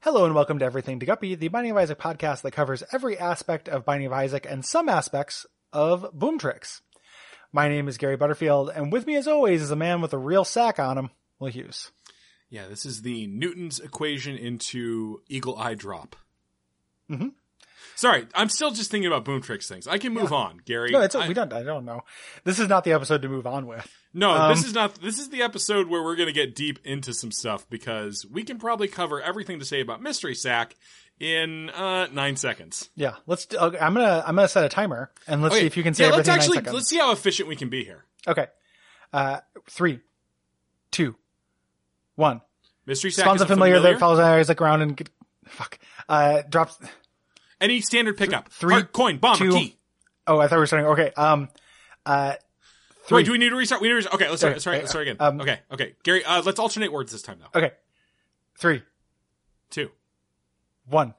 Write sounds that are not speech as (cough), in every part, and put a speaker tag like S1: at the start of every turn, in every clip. S1: Hello and welcome to Everything to Guppy, the Binding of Isaac podcast that covers every aspect of Binding of Isaac and some aspects of Boom Tricks. My name is Gary Butterfield, and with me as always is a man with a real sack on him, Will Hughes.
S2: Yeah, this is the Newton's equation into eagle eye drop.
S1: Mhm.
S2: Sorry, I'm still just thinking about boom tricks things. I can move on, Gary.
S1: No, it's
S2: I-
S1: we don't. I don't know. This is not the episode to move on with.
S2: no
S1: um,
S2: this is not. This is the episode where we're going to get deep into some stuff because we can probably cover everything to say about Mystery Sack in uh, nine seconds.
S1: Yeah, let's. do- okay, I'm gonna. I'm gonna set a timer, and let's
S2: Okay,
S1: see if you can say
S2: yeah,
S1: everything
S2: let's
S1: in
S2: actually
S1: nine seconds.
S2: let's see how efficient we can be here.
S1: Okay, uh, three, two, one.
S2: Mystery Sack
S1: Spawns
S2: is
S1: a
S2: a
S1: familiar,
S2: familiar.
S1: that follows Isaac around and get, fuck. Uh, drops.
S2: Any standard pickup,
S1: three,
S2: Heart, coin, bomb,
S1: two,
S2: a key.
S1: Oh, I thought we were starting. Okay. Um. Uh. three.
S2: Wait, do we need to restart? We need to restart. Okay, let's start.
S1: Okay,
S2: Let's start, let's start again.
S1: um,
S2: okay, okay, Gary. Uh, let's alternate words this time though.
S1: Okay. Three,
S2: Two
S1: one.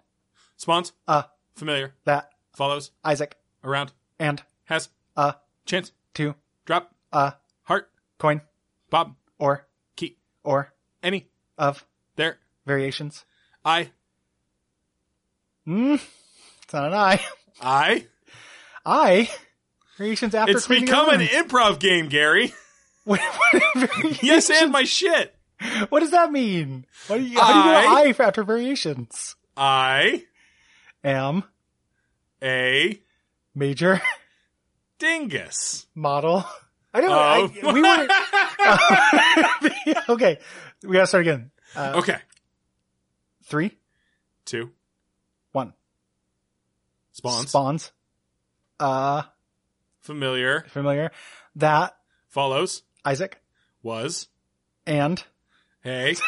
S2: spawns
S1: Uh.
S2: familiar
S1: That
S2: follows
S1: Isaac
S2: around
S1: and
S2: has
S1: uh
S2: chance
S1: two
S2: drop
S1: uh
S2: heart
S1: coin
S2: bob
S1: or
S2: key
S1: or
S2: any
S1: of
S2: there
S1: variations.
S2: i
S1: Hmm. It's not an I.
S2: i.
S1: I variations after
S2: it's
S1: cleaning
S2: become
S1: your
S2: an (laughs)
S1: room.
S2: improv
S1: (laughs)
S2: game, Gary.
S1: What, what,
S2: yes, and
S1: (laughs)
S2: my shit.
S1: what does that mean? What do you, how do you know I after variations?
S2: I
S1: Am
S2: a
S1: major (laughs)
S2: dingus. Oh.
S1: model. I don't.
S2: Of-
S1: I, we were
S2: (laughs)
S1: Uh. (laughs) okay. We gotta start again. Uh,
S2: okay.
S1: Three,
S2: Two
S1: one.
S2: spawns
S1: Spawns. Uh,
S2: familiar
S1: familiar. That
S2: follows
S1: Isaac
S2: was
S1: and. (laughs)
S2: hey
S1: See,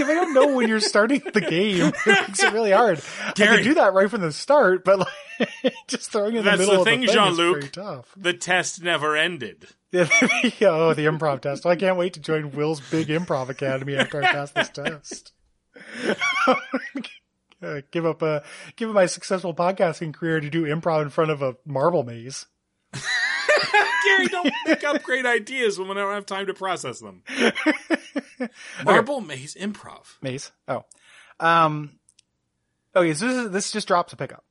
S1: if I don't know when you're starting the game, (laughs) it makes it really hard. I
S2: Gary.
S1: could do that right from the start, but like, (laughs) just throwing it in
S2: That's
S1: the
S2: the
S1: middle
S2: thing,
S1: of the thing is
S2: Jean-Luc.
S1: pretty tough. (laughs)
S2: the test never ended.
S1: Yeah, oh, the improv test. I can't wait to join Will's big improv academy after I pass this test. (laughs) Uh, give up a give up my successful podcasting career to do improv in front of a marble maze.
S2: Gary, don't pick up great ideas when I don't have time to process
S1: (laughs)
S2: them. Marble Maze Improv.
S1: Maze. Oh. Um Okay, so this is, this just drops a pickup.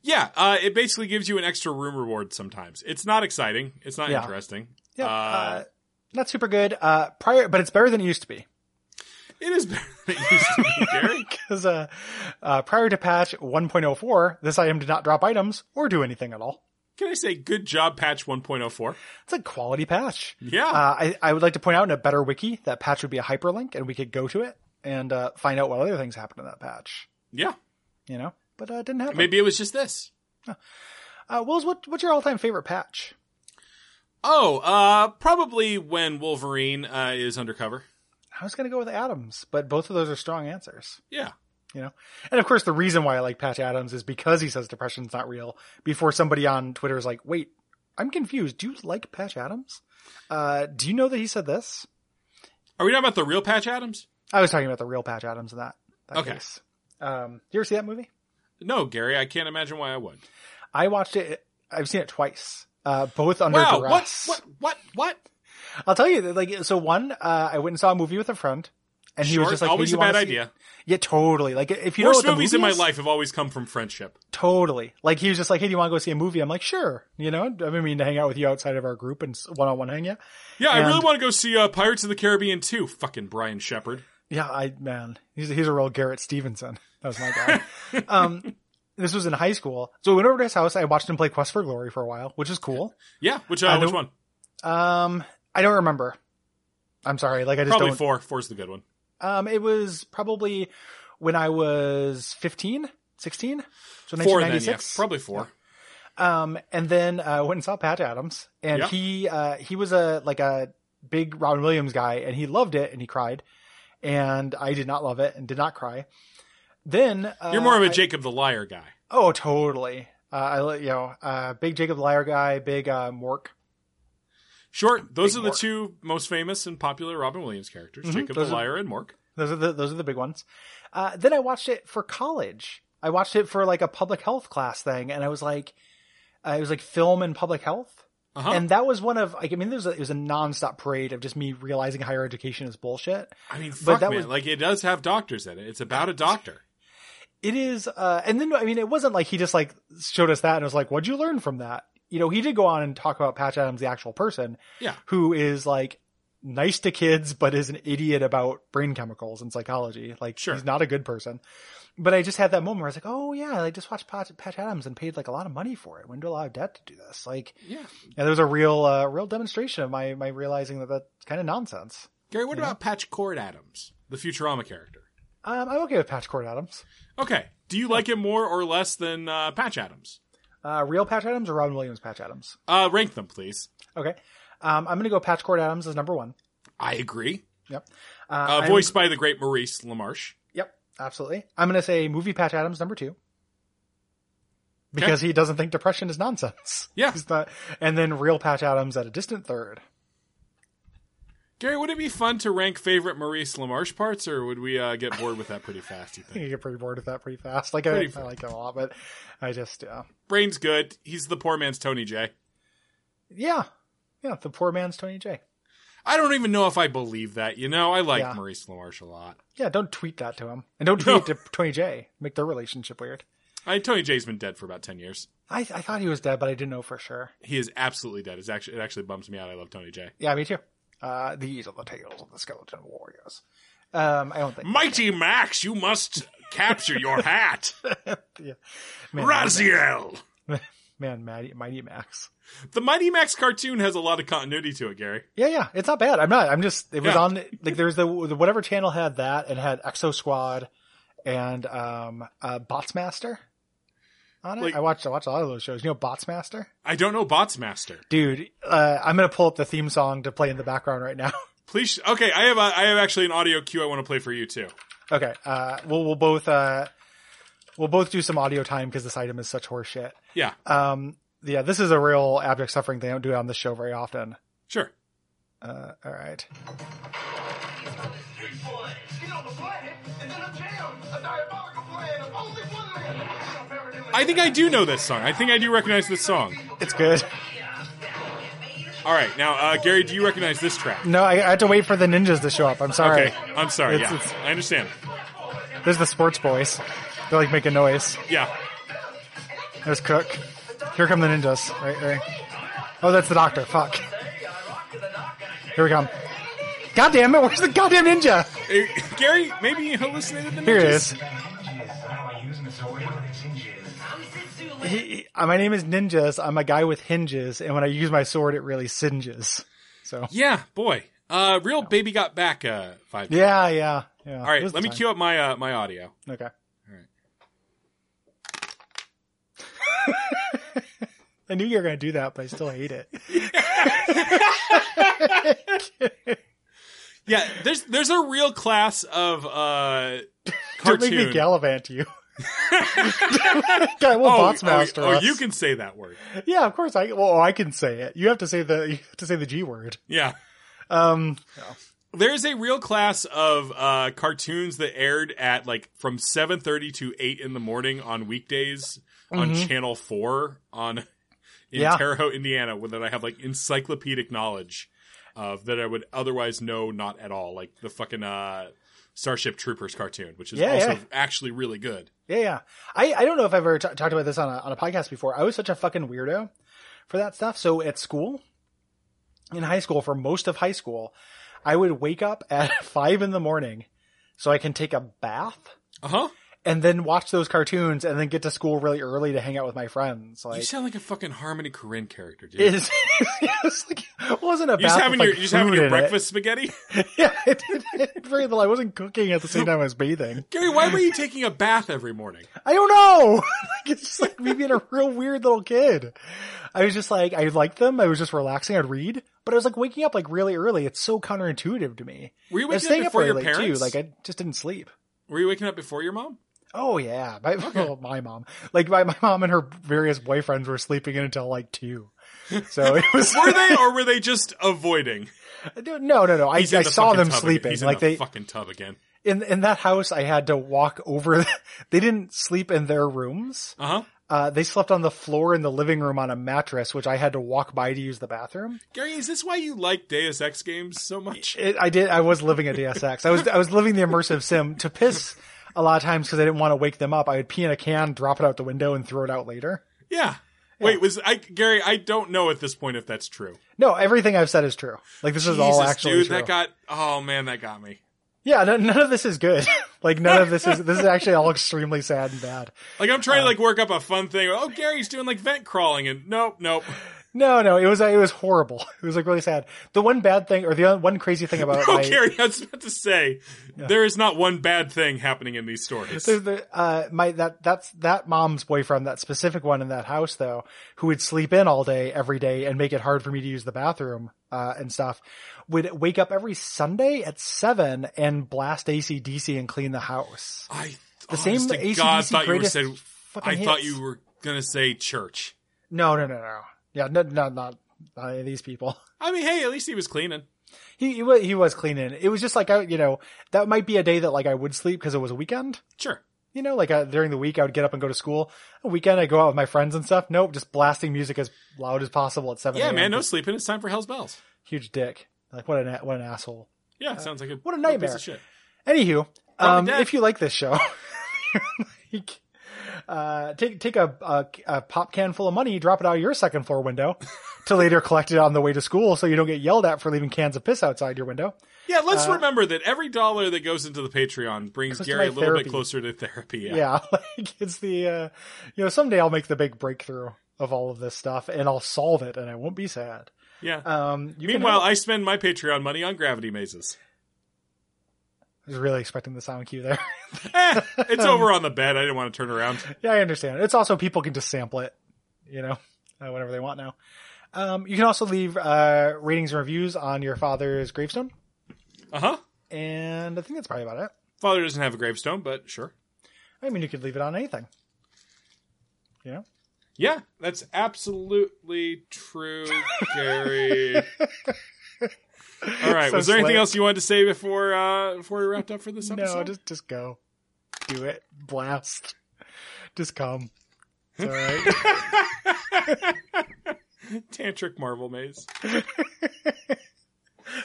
S2: Yeah, uh, it basically gives you an extra room reward sometimes. It's not exciting. It's not
S1: Yeah.
S2: interesting.
S1: Yeah.
S2: Uh,
S1: Uh, not super good. Uh prior but it's better than it used to be. (laughs)
S2: It is (laughs) better than it used to be, Gary.
S1: Because uh, uh prior to patch 1.04, this item did not drop items or do anything at all.
S2: Can I say good job, patch 1.04?
S1: It's a quality patch.
S2: Yeah.
S1: Uh, I, I would like to point out in a better wiki that patch would be a hyperlink and we could go to it and uh, find out what other things happened in that patch,
S2: yeah.
S1: you know? But uh, it didn't happen.
S2: Maybe it was just this.
S1: Uh, Wills, what, what's your all time favorite patch?
S2: Oh, uh, probably when Wolverine uh, is undercover.
S1: I was going to go with Adams, but both of those are strong answers,
S2: Yeah.
S1: you know? And of course, the reason why I like Patch Adams is because he says depression's not real before somebody on Twitter is like, wait, I'm confused. Do you like Patch Adams? Uh, do you know that he said this?
S2: Are we talking about the real Patch Adams?
S1: I was talking about the real Patch Adams in that, that
S2: Okay.
S1: case. Um, you ever see that movie?
S2: No, Gary, I can't imagine why I would.
S1: I watched it. I've seen it twice. Uh, both under
S2: wow,
S1: duress.
S2: what, what, what,
S1: I'll tell you, that, like, so one, uh, I went and saw a movie with a friend, and
S2: what?
S1: he
S2: Sure,
S1: was just like, hey,
S2: always
S1: do you
S2: a bad
S1: wanna see-
S2: idea.
S1: Yeah, totally. Like, if you know
S2: Worst
S1: what the
S2: movies
S1: movie
S2: in my
S1: is,
S2: life have always come from friendship.
S1: totally. Like, he was just like, "Hey, do you want to go see a movie?" I'm like, "Sure." You know, I've been meaning to hang out with you outside of our group and one on one hang out.
S2: Yeah, I really
S1: And-
S2: want to go see uh, Pirates of the Caribbean 2. Fucking Brian Shepard.
S1: Yeah, I man, he's he's a real Garrett Stevenson. That was my
S2: (laughs)
S1: guy. um, this was in high school, so we went over to his house. I watched him play Quest for Glory for a while, which is cool.
S2: Yeah, which, uh,
S1: I
S2: which
S1: don't-
S2: one?
S1: Um, I don't remember. I'm sorry. Like, I just
S2: Probably
S1: don't.
S2: four. Four's the good one.
S1: Um, it was probably when I was 15, 16. So
S2: Four then, yeah.
S1: 1996.
S2: Probably four.
S1: um, and then uh, went and saw Patch Adams, and
S2: Yeah.
S1: he uh, he was a like a big Robin Williams guy, and he loved it, and he cried, and I did not love it, and did not cry. Then uh,
S2: You're more of a
S1: I-
S2: Jacob the Liar guy.
S1: oh, totally. Uh, I li- you know uh, big Jacob the Liar guy, big uh, Mork.
S2: Sure, those
S1: Big
S2: are the
S1: Mork.
S2: two most famous and popular Robin Williams characters,
S1: Mhm,
S2: Jacob the
S1: those are-
S2: Liar and Mork.
S1: Those are the those are the big ones. Uh, then I watched it for college. I watched it for like a public health class thing, and I was like, uh, it was like film and public health,
S2: Uh-huh.
S1: And that was one of, like, I mean, there was a, it was a nonstop parade of just me realizing higher education is bullshit.
S2: I mean, fuck,
S1: that
S2: man.
S1: was-
S2: like, it does have doctors in it. It's about a doctor.
S1: It is, uh, and then, I mean, it wasn't like he just like showed us that and was like, what'd you learn from that? You know, he did go on and talk about Patch Adams, the actual person.
S2: Yeah.
S1: Who is like nice to kids, but is an idiot about brain chemicals and psychology. Like,
S2: Sure.
S1: he's not a good person. But I just had that moment where I was like, oh yeah, I just watched Patch, Patch Adams and paid like a lot of money for it. When do allow debt to do this? Like,
S2: Yeah.
S1: yeah, there was a real, uh, real demonstration of my, my realizing that that's kind of nonsense.
S2: Gary, what
S1: Yeah.
S2: about Patch Cord Adams, the Futurama character?
S1: Um, I'm okay with Patch Cord Adams.
S2: Okay. Do you like him more or less than uh, Patch Adams?
S1: Uh, real Patch Adams or Robin Williams Patch Adams?
S2: Uh, rank them, please.
S1: Okay. Um, I'm going to go Patch Cord Adams as number one.
S2: I agree.
S1: Uh,
S2: Uh,
S1: I'm-
S2: voiced by the great Maurice LaMarche.
S1: Yep, absolutely. I'm going to say movie Patch Adams number two. Because he doesn't think depression is nonsense.
S2: (laughs) Yeah.
S1: He's not, and then real Patch Adams at a distant third.
S2: Gary, would it be fun to rank favorite Maurice LaMarche parts, or would we uh, get bored with that pretty fast? You
S1: I think
S2: think?
S1: you get pretty bored with that pretty fast. Like,
S2: Pretty
S1: I, I
S2: fast.
S1: like him a lot, but I just, uh,
S2: Brain's good. He's the poor man's Tony J.
S1: yeah. Yeah, the poor man's Tony J.
S2: I don't even know if I believe that. You know, I like
S1: Yeah.
S2: Maurice LaMarche a lot.
S1: Yeah, don't tweet that to him. And don't tweet
S2: No.
S1: it to Tony J. Make their relationship weird.
S2: I, Tony J's been dead for about ten years.
S1: I, I thought he was dead, but I didn't know for sure.
S2: He is absolutely dead. It's actually it actually bums me out. I love Tony J.
S1: Yeah, me too. Uh, these are the tales of the skeleton warriors. Um, I don't
S2: (laughs)
S1: think. (laughs)
S2: Mighty Max, you must capture your hat.
S1: yeah. Man,
S2: Raziel.
S1: man, Mighty, Mighty Max.
S2: The Mighty Max cartoon has a lot of continuity to it, Gary.
S1: Yeah, yeah, it's not bad. I'm not. I'm just. It was
S2: Yeah.
S1: on like there was the, the whatever channel had that and had Exo Squad and um uh Botsmaster on it.
S2: Like-
S1: I watched I watched a lot of those shows. You know Botsmaster,
S2: I don't know Bots Master.
S1: dude. Uh, I'm gonna pull up the theme song to play in the background right now.
S2: Please, okay. I have a, I have actually an audio cue I want to play for you too.
S1: Okay. Uh, we'll we'll both uh, we'll both do some audio time because this item is such horseshit.
S2: Yeah.
S1: Um. Yeah. This is a real abject suffering. They don't do it on this show very often.
S2: Sure.
S1: Uh. All right.
S3: Street boys, get on the planet and then a jam, a diabolical plan of only one man.
S2: I think I do know this song. I think I do recognize this song.
S1: It's good.
S2: All right, now uh, Gary, do you recognize this track?
S1: No, I, I had to wait for the ninjas to show up. I'm sorry.
S2: Okay, I'm sorry.
S1: It's-
S2: yeah,
S1: it's-
S2: I understand.
S1: There's the sports boys. They like make a noise.
S2: Yeah,
S1: There's Cook. Here come the ninjas. Right, right. Oh, that's the doctor. Fuck. Here we come. God damn it! Where's the goddamn ninja?
S2: Eh, Gary, maybe you hallucinated the
S1: Here it
S2: ninjas?
S1: is. He, he- uh, my name is Ninjas. I'm a guy with hinges, and when I use my sword, it really singes. So
S2: Yeah, boy. Uh, real baby got back. Uh, five.
S1: yeah, yeah, yeah.
S2: All right, let me cue up my uh, my audio.
S1: Okay.
S2: right.
S1: (laughs) I knew you were going to do that, but I still hate
S2: (laughs)
S1: it.
S2: Yeah, there's there's a real class of uh,
S1: (laughs) Don't
S2: cartoon.
S1: make me gallivant
S2: (laughs)
S1: you. God, well,
S2: oh,
S1: bots
S2: oh,
S1: master.
S2: oh,
S1: us.
S2: you can say that word.
S1: Yeah, of course. I well, I can say it. You have to say the you have to say the G word.
S2: Yeah.
S1: Um,
S2: there's a real class of uh, cartoons that aired at like from 7.30 to 8 in the morning on weekdays on
S1: Mhm.
S2: channel 4 on in
S1: Yeah.
S2: terre haute indiana where that i have like encyclopedic knowledge of that i would otherwise know not at all like the fucking uh, starship troopers cartoon which is
S1: Yeah,
S2: also
S1: yeah.
S2: actually really good
S1: yeah, yeah. I I don't know if I've ever t- talked about this on a on a podcast before. I was such a fucking weirdo for that stuff. So at school, in high school, for most of high school, I would wake up at (laughs) five in the morning so I can take a bath.
S2: uh-huh
S1: and then watch those cartoons and then get to school really early to hang out with my friends. Like
S2: you sound like a fucking harmony Korine character dude
S1: is (laughs) it's like, it wasn't a
S2: you just
S1: bath
S2: having
S1: with,
S2: your
S1: like,
S2: you just having
S1: food
S2: your
S1: in it.
S2: breakfast spaghetti
S1: (laughs)
S2: (laughs)
S1: Yeah, it, it, it- very little. I wasn't cooking at the same time I was bathing.
S2: gary why were you taking a bath every morning
S1: I don't know. (laughs) like, it's just like me being a real weird little kid. I was just like, I liked them. I was just relaxing. I'd read, but I was like waking up like really early. It's so counterintuitive to me.
S2: were you
S1: I was
S2: waking
S1: staying
S2: up
S1: up
S2: before
S1: really
S2: your
S1: late
S2: parents
S1: too. Like I just didn't sleep.
S2: were you waking up before your mom
S1: Oh yeah, my (laughs) well, my mom, like my, my mom and her various boyfriends were sleeping in until like two. So it
S2: (laughs)
S1: was
S2: were they or were they just avoiding?
S1: (laughs) no, no, no. (laughs) I, I
S2: He's in the
S1: saw
S2: fucking
S1: them
S2: tub again.
S1: sleeping.
S2: He's in
S1: Like
S2: the
S1: they
S2: fucking tub again.
S1: (laughs) in in that house, I had to walk over. they didn't sleep in their rooms.
S2: Uh huh.
S1: Uh, they slept on the floor in the living room on a mattress, which I had to walk by to use the bathroom.
S2: Gary, is this why you like Deus Ex games so much?
S1: It, I did. I was living a DSX. I was I was living the immersive sim to piss. A lot of times because I didn't want to wake them up, I would pee in a can, drop it out the window, and throw it out later.
S2: Yeah. Wait, was I Gary? I don't know at this point if that's true.
S1: No, everything I've said is true. Like this is all
S2: Jesus,
S1: actually
S2: dude,
S1: true.
S2: that got. Oh man, that got me.
S1: yeah, no, none of this is good. (laughs) like none of this is. This is actually all extremely sad and bad.
S2: Like I'm
S1: Uh,
S2: trying to like work up a fun thing. Oh, Gary's doing like vent crawling, and nope, nope.
S1: No, no, it was it was horrible. (laughs) It was like really sad. The one bad thing, or the one crazy thing
S2: (laughs)
S1: about
S2: Oh,
S1: my,
S2: Gary, I was about to say there is not one bad thing happening in these stories.
S1: So the, uh, my that that's that mom's boyfriend, that specific one in that house though, who would sleep in all day every day and make it hard for me to use the bathroom uh, and stuff, would wake up every Sunday at seven and blast ACDC and clean the house.
S2: I
S1: The same
S2: honest Oh, to
S1: AC/DC
S2: God thought you were
S1: greatest
S2: said.
S1: fucking
S2: I thought
S1: hits.
S2: you were gonna say church.
S1: No, no, no, no. Yeah, no, no, not, not any of these people. (laughs)
S2: I mean, hey, at least he was cleaning.
S1: He he was, he was cleaning. It was just like I, you know, that might be a day that like I would sleep because it was a weekend.
S2: Sure.
S1: You know, like uh, during the week I would get up and go to school. A weekend I go out with my friends and stuff. Nope, just blasting music as loud as possible at seven.
S2: Yeah,
S1: a.m.
S2: man, no sleeping. It's time for Hell's Bells.
S1: huge dick. Like what an a- what an asshole.
S2: Yeah, sounds like a
S1: what a
S2: real Piece
S1: nightmare.
S2: of shit.
S1: Anywho,
S2: Probably
S1: um,
S2: dead.
S1: if you like this show, (laughs) like, uh, take take a, a a pop can full of money, drop it out of your second floor window, (laughs) to later collect it on the way to school, so you don't get yelled at for leaving cans of piss outside your window.
S2: Yeah, let's remember that every dollar that goes into the Patreon
S1: Uh,
S2: brings
S1: Goes to
S2: Gary a
S1: my
S2: little
S1: therapy.
S2: bit closer to therapy. Yeah.
S1: Yeah, (laughs) like it's the uh, you know someday I'll make the big breakthrough of all of this stuff, and I'll solve it, and I won't be sad.
S2: Yeah.
S1: Um, you can
S2: Meanwhile,
S1: help-
S2: I spend my Patreon money on
S1: (laughs)
S2: gravity mazes.
S1: I was really expecting the sound cue there. (laughs)
S2: Eh, it's over on the bed. I didn't want to turn around.
S1: Yeah, I understand. It's also people can just sample it, you know, uh, whatever they want now. Um, you can also leave uh, ratings and reviews on your father's gravestone,
S2: Uh huh.
S1: and I think that's probably about it.
S2: Father doesn't have a gravestone, but sure.
S1: I mean, you could leave it on anything. You know,
S2: Yeah, that's absolutely true,
S1: (laughs)
S2: Gary. All right.
S1: So
S2: was there anything
S1: slick.
S2: else you wanted to say before uh, before we wrapped up for this episode?
S1: no, just just go, do it, blast, (laughs) just come. It's all right.
S2: (laughs) Tantric Marvel Maze.
S1: Hello,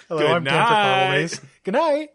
S2: Good
S1: I'm Tantric Bottle
S2: night.
S1: Maze. Good night.